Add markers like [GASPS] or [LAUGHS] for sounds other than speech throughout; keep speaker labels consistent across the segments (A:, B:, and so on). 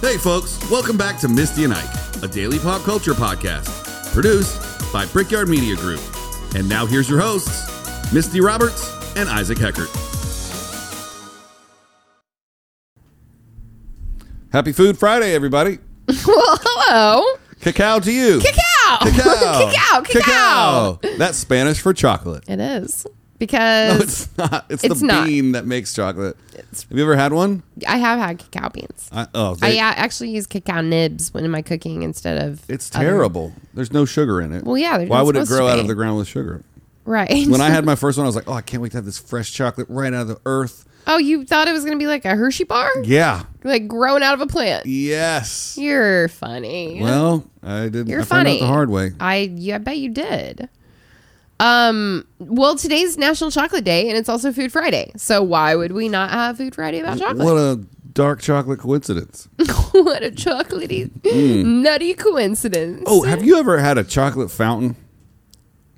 A: Hey, folks, welcome back to Misty and Ike, a daily pop culture podcast produced by Brickyard Media Group. And now here's your hosts, Misty Roberts and Isaac Heckert. Happy Food Friday, everybody.
B: Well, hello.
A: Cacao to you.
B: Cacao. [LAUGHS]
A: Cacao.
B: Cacao. Cacao.
A: Cacao. That's Spanish for chocolate.
B: It is.
A: [LAUGHS]
B: Because
A: No, it's not. It's,
B: It's
A: the
B: not.
A: bean that makes chocolate. Have you ever had one?
B: I have had cacao beans.
A: I, oh,
B: I
A: they-
B: a- actually use cacao nibs when in my cooking instead of. um,
A: it's
B: other-
A: terrible. There's no sugar in it.
B: Well, yeah, they're
A: Why
B: not
A: would it
B: supposed to
A: grow out
B: be.
A: of the ground with sugar?
B: Right.
A: When I had my first one, I was like, oh, I can't wait to have this fresh chocolate right out of the earth.
B: [LAUGHS] oh, you thought it was going to be like a Hershey bar?
A: Yeah.
B: Like growing out of a plant.
A: Yes.
B: You're funny.
A: Well, I didn't.
B: You're
A: I found
B: funny.
A: out the hard way.
B: I, yeah, I bet you did. Um. Well, today's National Chocolate Day, and it's also Food Friday. So why would we not have Food Friday about chocolate?
A: What a dark chocolate coincidence.
B: [LAUGHS] what a chocolatey, nutty coincidence.
A: Hmm. Oh, have you ever had a chocolate fountain?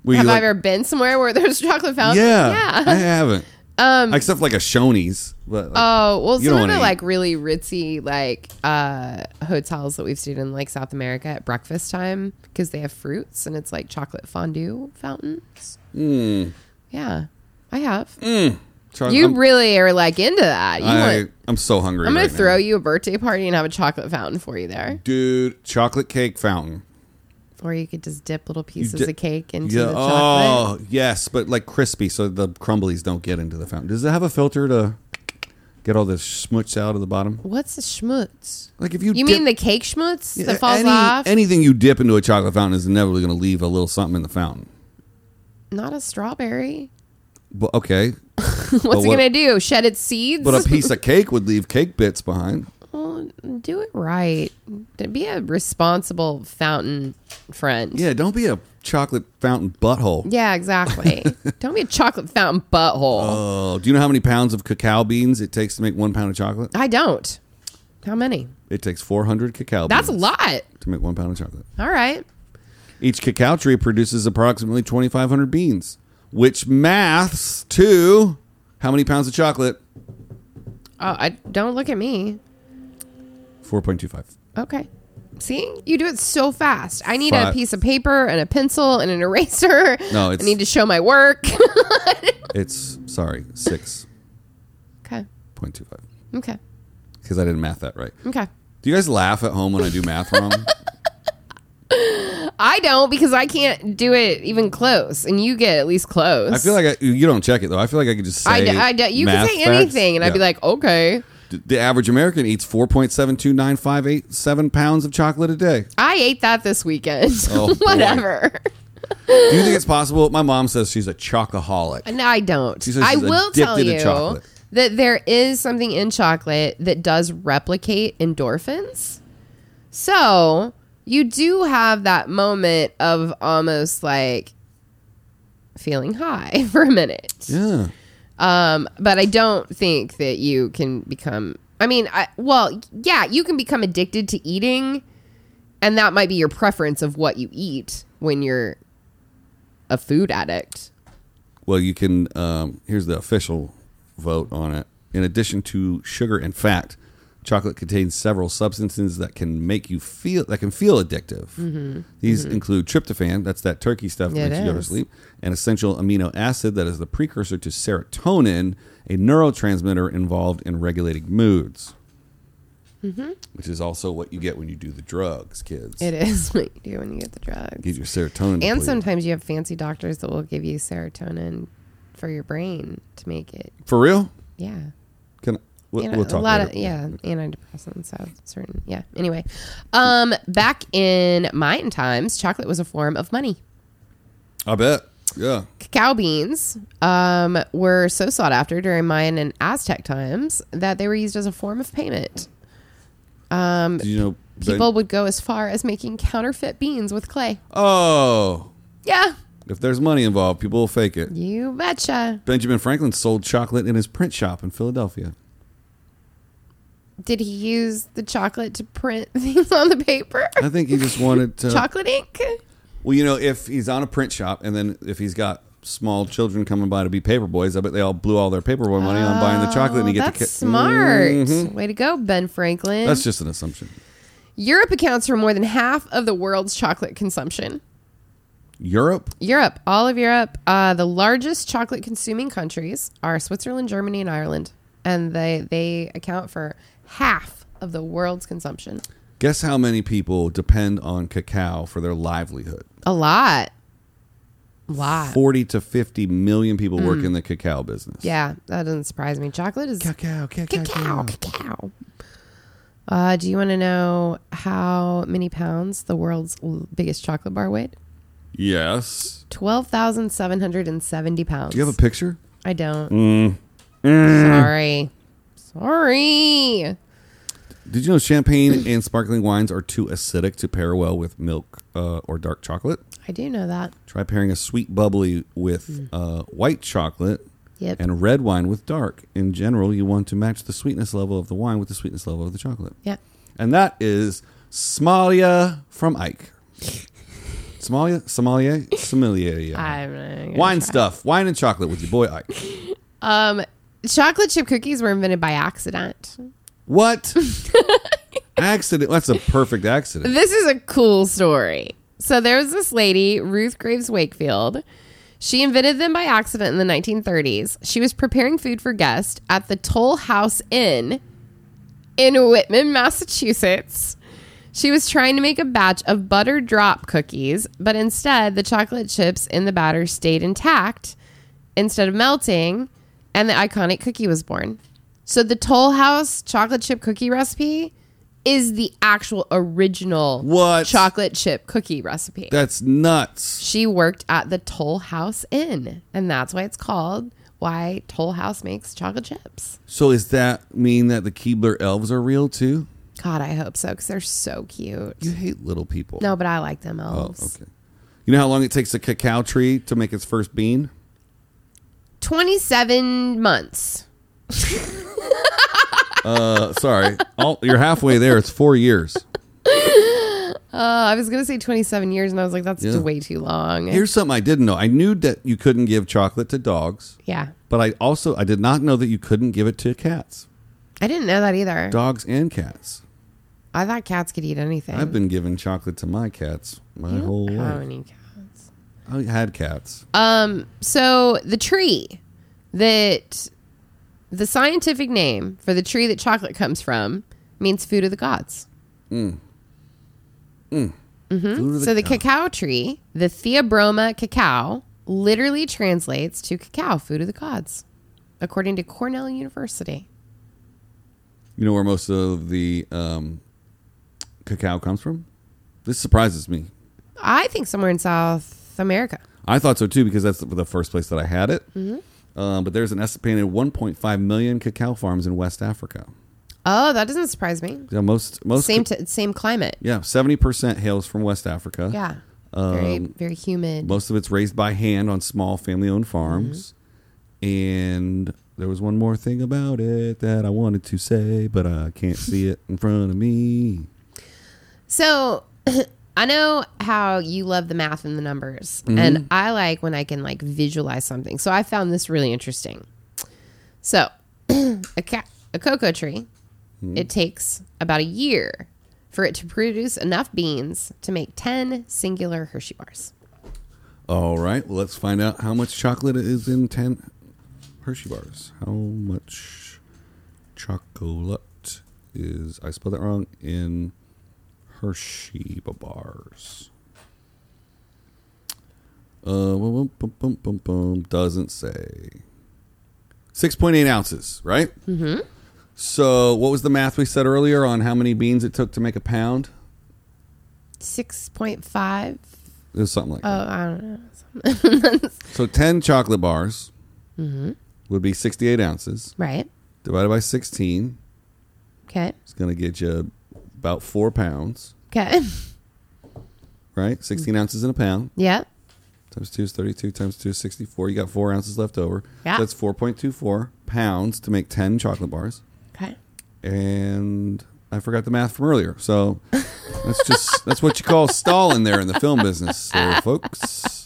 A: Where you
B: Have I
A: like-
B: ever been somewhere where there's chocolate fountain?
A: Yeah, I
B: Yeah.
A: haven't. Um, except for like a Shoney's, but like,
B: Oh well,
A: You
B: some
A: don't
B: of the
A: wanna
B: like really ritzy like uh, hotels that we've stayed in like South America at breakfast time because they have fruits and it's like chocolate fondue fountains. Yeah, I have.
A: chocolate-
B: You
A: Hmm. I'm,
B: really are like into that. You
A: I,
B: want,
A: am so hungry.
B: I'm gonna
A: right now.
B: throw you a birthday party and have a chocolate fountain for you there,
A: dude chocolate cake fountain.
B: or you could just dip little pieces
A: di-
B: of cake into
A: Yeah.
B: the chocolate.
A: Oh, yes, but like crispy, so the crumblies don't get into the fountain. Does it have a filter to get all the schmutz out of the bottom?
B: What's a schmutz?
A: Like if you
B: You
A: dip-
B: mean the cake schmutz
A: Yeah,
B: that falls
A: any-
B: off?
A: Anything you dip into a chocolate fountain is inevitably going to leave a little something in the fountain.
B: Not a strawberry.
A: But okay,
B: What's it
A: what-
B: gonna do? Shed its seeds?
A: but a piece
B: [LAUGHS]
A: of cake would leave cake bits behind.
B: Well, do it right. Be a responsible fountain friend.
A: Yeah, don't be a chocolate fountain butthole. [LAUGHS]
B: Yeah, exactly. Don't be a chocolate fountain butthole.
A: Oh, do you know how many pounds of cacao beans it takes to make one pound of chocolate?
B: I don't. How many?
A: It takes 400 cacao
B: That's a
A: beans
B: lot.
A: to make one pound of chocolate.
B: All right.
A: Each cacao tree produces approximately 2,500 beans, which maths to how many pounds of chocolate?
B: Oh, I don't look at me.
A: 4.25.
B: Okay. See, you do it so fast. I need a
A: Fi-
B: piece of paper and a pencil and an eraser.
A: No, it's-
B: I need to show my work. [LAUGHS]
A: It's, sorry, 6.25.
B: okay. Okay.
A: Because I didn't math that right.
B: Okay.
A: Do you guys laugh at home when I do math
B: [LAUGHS]
A: wrong?
B: I don't because I can't do it even close, and you get at least close.
A: I feel like I, you don't check it though. I feel like I could just say.
B: I, d- I d- you can
A: math
B: say
A: facts.
B: anything, and I'd be
A: Yeah.
B: like, okay.
A: D- the average American eats four point seven two nine five eight seven pounds of chocolate a day.
B: I ate that this weekend. [LAUGHS]
A: Oh, boy.
B: Whatever.
A: Do you think it's possible? My mom says she's a chocoholic.
B: No, I don't.
A: She says
B: I
A: she's
B: will
A: addicted
B: tell
A: to
B: you
A: chocolate.
B: that there is something in chocolate that does replicate endorphins. So you do have that moment of almost like feeling high [LAUGHS] for a minute.
A: Yeah,
B: Um, but I don't think that you can become. I mean, I, well, yeah, you can become addicted to eating, and that might be your preference of what you eat when you're a food addict.
A: Well, you can. Um, here's the official vote on it. In addition to sugar and fat, chocolate contains several substances that can make you feel that can feel addictive. These include tryptophan, that's that turkey stuff that
B: Mm-hmm. It
A: makes you go to
B: is.
A: sleep, an essential amino acid that is the precursor to serotonin, a neurotransmitter involved in regulating moods. Which is also what you get when you do the drugs, kids.
B: Mm-hmm. It is what you do when you get the drugs,
A: Get your serotonin.
B: and
A: depleted.
B: sometimes you have fancy doctors that will give you serotonin for your brain to make it.
A: for real.
B: Yeah.
A: Can we'll,
B: You know,
A: we'll talk
B: a lot
A: later.
B: of yeah antidepressants so certain yeah anyway um back in mayan times chocolate was a form of money
A: I bet. Yeah.
B: cacao beans um, were so sought after during Mayan and Aztec times that they were used as a form of payment.
A: Do you know they-
B: People would go as far as making counterfeit beans with clay.
A: Oh,
B: Yeah,
A: if there's money involved, people will fake it.
B: you betcha.
A: Benjamin Franklin sold chocolate in his print shop in Philadelphia.
B: Did he use the chocolate to print [LAUGHS] things on the paper?
A: I
B: [LAUGHS]
A: think he just wanted to.
B: Chocolate ink?
A: well, you know, if he's on a print shop and then if he's got small children coming by to be paper boys. I bet they all blew all their paperboy money on buying the chocolate, and you get
B: Oh, that's
A: the ki-
B: smart.
A: Mhm.
B: Way to go, Ben Franklin.
A: That's just an assumption.
B: Europe accounts for more than half of the world's chocolate consumption.
A: Europe,
B: Europe, all of Europe, uh, the largest chocolate consuming countries are Switzerland, Germany, and Ireland, and they they account for half of the world's consumption.
A: guess how many people depend on cacao for their livelihood?
B: A lot, lot.
A: Forty to fifty million people
B: Hmm.
A: work in the cacao business.
B: Yeah, that doesn't surprise me. Chocolate is
A: Cacao, cacao, cacao.
B: cacao, cacao. Uh, do you want to know how many pounds the world's l- biggest chocolate bar weighed?
A: Yes.
B: Twelve thousand seven hundred and seventy pounds.
A: Do you have a Mm. picture?
B: I don't. Sorry. Sorry.
A: Did you know champagne and sparkling wines are too acidic to pair well with milk uh, or dark chocolate?
B: I do know that.
A: Try pairing a sweet bubbly with uh, white chocolate
B: Hmm. Yep.
A: and red wine with dark. In general, you want to match the sweetness level of the wine with the sweetness level of the chocolate.
B: yep.
A: And that is Somalia from Ike. Somalia, Somalia, Somalia.
B: [LAUGHS] I'm not gonna
A: wine
B: try.
A: stuff, wine and chocolate with your boy Ike.
B: Chocolate chip cookies were invented by accident. [LAUGHS]
A: What? accident. That's a perfect accident.
B: This is a cool story. So there was this lady, Ruth Graves Wakefield. She invented them by accident in the 1930s. She was preparing food for guests at the Toll House Inn in Whitman, Massachusetts. She was trying to make a batch of butter drop cookies, but instead the chocolate chips in the batter stayed intact instead of melting, and the iconic cookie was born. So the Toll House chocolate chip cookie recipe is the actual original
A: What?
B: chocolate chip cookie recipe.
A: That's nuts.
B: She worked at the Toll House Inn, and that's why it's called why Toll House makes chocolate chips.
A: So does that mean that the Keebler elves are real too?
B: God, I hope so because they're so cute.
A: You hate little people.
B: No, but I like them elves.
A: Okay. You know how long it takes a cacao tree to make its first bean?
B: Twenty-seven months.
A: Uh,
B: [LAUGHS]
A: sorry, All, you're halfway there. It's four years.
B: Oh, I was gonna say twenty-seven years, and I was like, that's
A: Yeah.
B: way too long.
A: Here's something I didn't know. I knew that you couldn't give chocolate to dogs,
B: yeah,
A: but I also I did not know that you couldn't give it to cats,
B: I didn't know that either.
A: dogs and cats.
B: I thought cats could eat anything. Oh,
A: I've been giving chocolate to my cats my whole
B: How
A: life.
B: many cats?
A: I had cats.
B: Um. So the tree that the scientific name for the tree that chocolate comes from means food of the gods.
A: Food of
B: Uh-huh. So the
A: cow.
B: cacao tree, the Theobroma cacao, literally translates to cacao, food of the gods, according to Cornell University.
A: You know where most of the um, cacao comes from? This surprises me.
B: I think somewhere in South America.
A: I thought so too because that's the first place that I had it.
B: Mm-hmm.
A: Uh, but there's an estimated 1.5 million cacao farms in West Africa.
B: Oh, that doesn't surprise me.
A: Yeah, most most
B: Same t- same climate.
A: yeah, 70 percent hails from West Africa.
B: Yeah. very very humid.
A: most of it's raised by hand on small family-owned farms.
B: Mm-hmm.
A: And there was one more thing about it that I wanted to say, but I can't see it in front of me.
B: So [CLEARS THROAT] I know how you love the math and the numbers, and I like when I can like visualize something. So I found this really interesting. So [CLEARS THROAT] a ca- a cocoa tree, it takes about a year for it to produce enough beans to make ten singular Hershey bars.
A: All right, well, let's find out how much chocolate is in 10 Hershey bars. How much chocolate is, I spelled that wrong, in Hershey bars? Uh, bum, bum, bum, bum, bum, doesn't say. 6.8 ounces, right? Mm-hmm. So, what was the math we said earlier on how many beans it took to make a pound?
B: Six point five.
A: It was something like that.
B: Oh, I don't know. [LAUGHS]
A: So 10 chocolate bars would be 68 ounces.
B: Right.
A: Divided by 16,
B: Okay.
A: it's going to get you about four pounds,
B: Okay. [LAUGHS]
A: right? 16 ounces in a pound.
B: yeah.
A: Times two is 32, times two is 64. You got four ounces left over.
B: Yeah.
A: So that's 4.24 pounds to make 10 chocolate bars.
B: Okay.
A: And I forgot the math from earlier. So that's just, that's what you call stalling there in the film business, there, folks.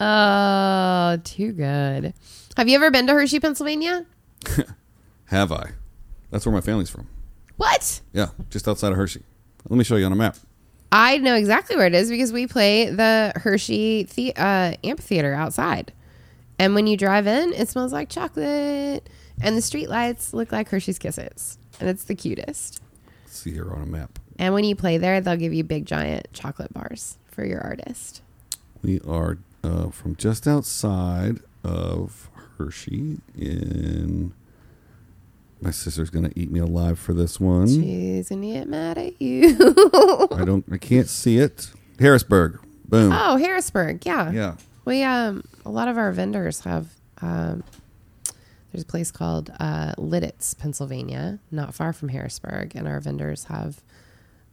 B: Oh, too good. Have you ever been to Hershey, Pennsylvania?
A: Have I? That's where my family's from.
B: What?
A: Yeah, just outside of Hershey. Let me show you on a map.
B: I know exactly where it is because we play the Hershey the- uh, amphitheater outside. And when you drive in, it smells like chocolate. And the streetlights look like Hershey's Kisses. And it's the cutest.
A: Let's see here on a map.
B: And when you play there, they'll give you big, giant chocolate bars for your artist.
A: We are uh, from just outside of Hershey. In my sister's gonna eat me alive for this one.
B: Hmm? She's going to get mad at you. [LAUGHS]
A: I don't. I can't see it. Harrisburg. Boom.
B: oh, Harrisburg. Yeah.
A: Yeah.
B: We, um, a lot of our vendors have, um, there's a place called uh, Lidditz, Pennsylvania, not far from Harrisburg. And our vendors have,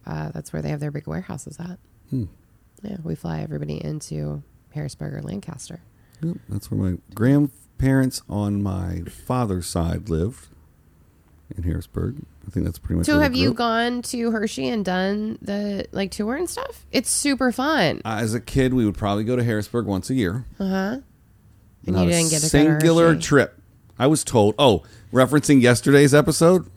B: uh, that's where they have their big warehouses at.
A: Hmm.
B: Yeah. We fly everybody into Harrisburg or Lancaster.
A: Yep, that's where my grandparents on my father's side lived in Harrisburg. I think that's pretty much.
B: So
A: where I
B: have
A: grew
B: you
A: up.
B: gone to Hershey and done the like tour and stuff? It's super fun.
A: Uh, As a kid, we would probably go to Harrisburg once a year.
B: Uh huh. And
A: Not
B: you
A: a
B: didn't get to
A: singular
B: go to Hershey.
A: trip. I was told. Oh, referencing yesterday's episode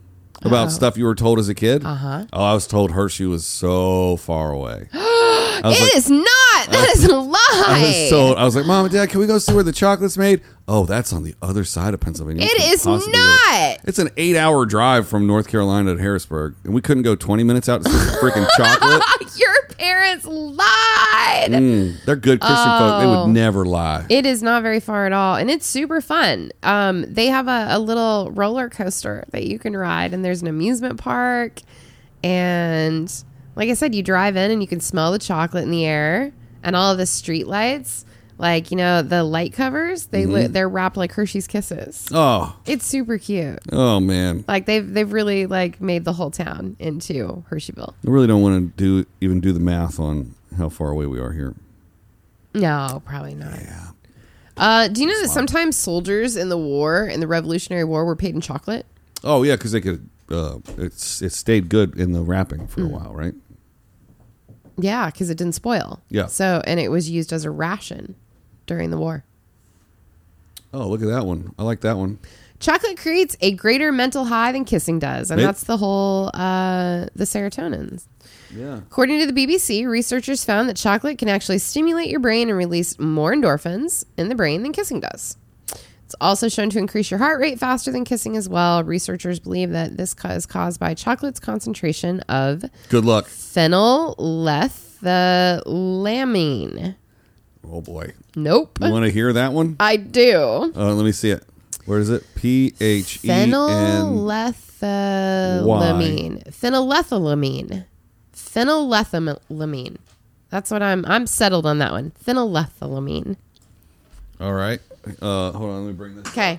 A: about
B: Uh-oh.
A: stuff you were told as a kid.
B: Oh. Uh-huh.
A: Oh, I was told Hershey was so far away. I was like,
B: [GASPS] It is not. That is a
A: I
B: lie.
A: was told. I was like, Mom and Dad, can we go see where the chocolate's made? Oh, that's on the other side of Pennsylvania. We
B: It
A: couldn't
B: is
A: possibly go.
B: not. [LAUGHS]
A: It's an eight-hour drive from North Carolina to Harrisburg, and we couldn't go 20 minutes out to see the freaking
B: [LAUGHS]
A: chocolate.
B: Your parents lied.
A: Mm, they're good Christian folk. They
B: Oh.
A: would never lie.
B: It is not very far at all, and it's super fun. Um, they have a, a little roller coaster that you can ride, and there's an amusement park. And like I said, you drive in and you can smell the chocolate in the air, and all of the street lights, like you know the light covers, they li- they're wrapped like Hershey's Kisses.
A: Oh,
B: It's super cute.
A: oh man.
B: Like they've they've really like made the whole town into Hersheyville.
A: I really don't want to do even do the math on how far away we are here.
B: No, probably not. Uh, do you know that sometimes soldiers in the war, in the Revolutionary War, were paid in chocolate?
A: Oh yeah, because they could. Uh, it's it stayed good in the wrapping for a while, right?
B: Yeah, because it didn't spoil.
A: Yeah.
B: So, and it was used as a ration during the war.
A: Oh, look at that one. I like that one.
B: Chocolate creates a greater mental high than kissing does, and
A: It-
B: that's the whole uh, the serotonin.
A: Yeah.
B: According to the BBC, researchers found that chocolate can actually stimulate your brain and release more endorphins in the brain than kissing does. It's also shown to increase your heart rate faster than kissing as well. Researchers believe that this ca- is caused by chocolate's concentration of
A: Good luck.
B: phenylethylamine.
A: Oh boy.
B: Nope.
A: You want to hear that one?
B: I do.
A: Uh, let me see it. Where is it? P H E N.
B: Phenylethylamine. Phenylethylamine. Phenylethylamine. That's what I'm. I'm settled on that one. Phenylethylamine.
A: All right. Uh, hold on. Let me bring this.
B: Okay,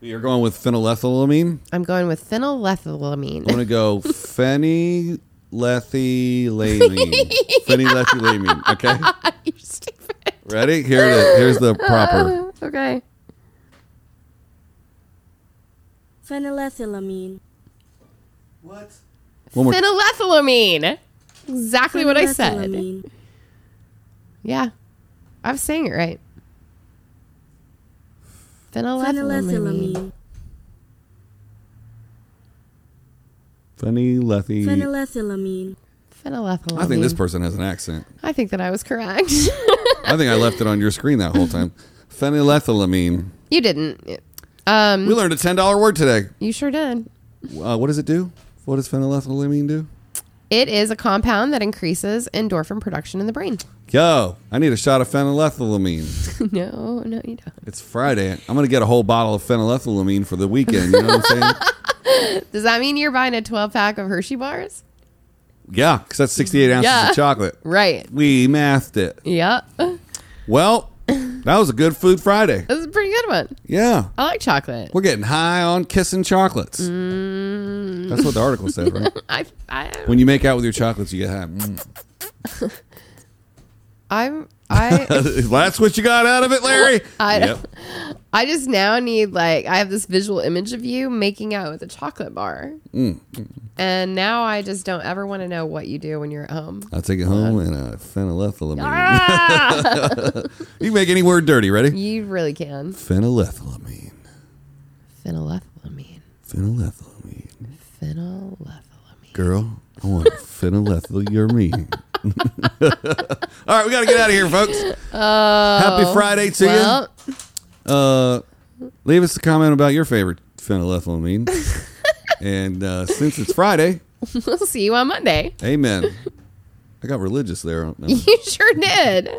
A: You're going with phenylethylamine.
B: I'm going with
A: I'm
B: [LAUGHS] phenylethylamine.
A: gonna go phenylethylamine. phenylethylamine. Okay.
B: You're stupid. [LAUGHS]
A: Ready? Here it is. Here's the proper.
B: Okay.
C: Phenylethylamine.
A: What? One more.
B: Phenylethylamine. Exactly what I said.
C: Phenylethylamine.
B: Yeah, I was saying it right. Phenylethylamine.
C: Phenylethylamine.
A: Phenylethy.
C: Phenylethylamine.
B: Phenylethylamine.
A: I think this person has an accent.
B: I think that I was correct. [LAUGHS]
A: I think I left it on your screen that whole [LAUGHS] time. Phenylethylamine.
B: you didn't. Um,
A: We learned a ten dollar word today.
B: You sure did.
A: Uh, what does it do? What does phenylethylamine do?
B: It is a compound that increases endorphin production in the brain. [LAUGHS]
A: Yo, I need a shot of phenylethylamine.
B: no, no, you don't.
A: It's Friday. I'm gonna get a whole bottle of phenylethylamine for the weekend. You know what I'm saying?
B: Does that mean you're buying a 12 pack of Hershey bars?
A: Yeah, because that's 68 ounces
B: Yeah.
A: of chocolate.
B: Right.
A: We mathed it.
B: Yep. This
A: Well, that was a good Food Friday.
B: is a pretty good one.
A: Yeah.
B: I like chocolate.
A: We're getting high on kissing chocolates. That's what the article said, right?
B: I, I,
A: when you make out with your chocolates, you get high. Mm. [LAUGHS]
B: I'm, I,
A: [LAUGHS] That's what you got out of it, Larry?
B: [LAUGHS] I-
A: yep.
B: I just now need like I have this visual image of you making out with a chocolate bar, and now I just don't ever want to know what you do when you're at home.
A: I'll take it home and a phenylethylamine.
B: Ah!
A: You can make any word dirty. Ready?
B: [LAUGHS] you really can.
A: Phenylethylamine.
B: Phenylethylamine.
A: Phenylethylamine.
B: Phenylethylamine.
A: Girl, I want [LAUGHS] phenylethylamine. All right, we got to get out of here, folks. Happy Friday to you.
B: Oh, Well, [LAUGHS]
A: Uh, leave us a comment about your favorite
B: [LAUGHS]
A: phenylethylamine. and uh, since it's Friday,
B: we'll see you on Monday. [LAUGHS]
A: amen. I got religious there. uh, No.
B: You sure did.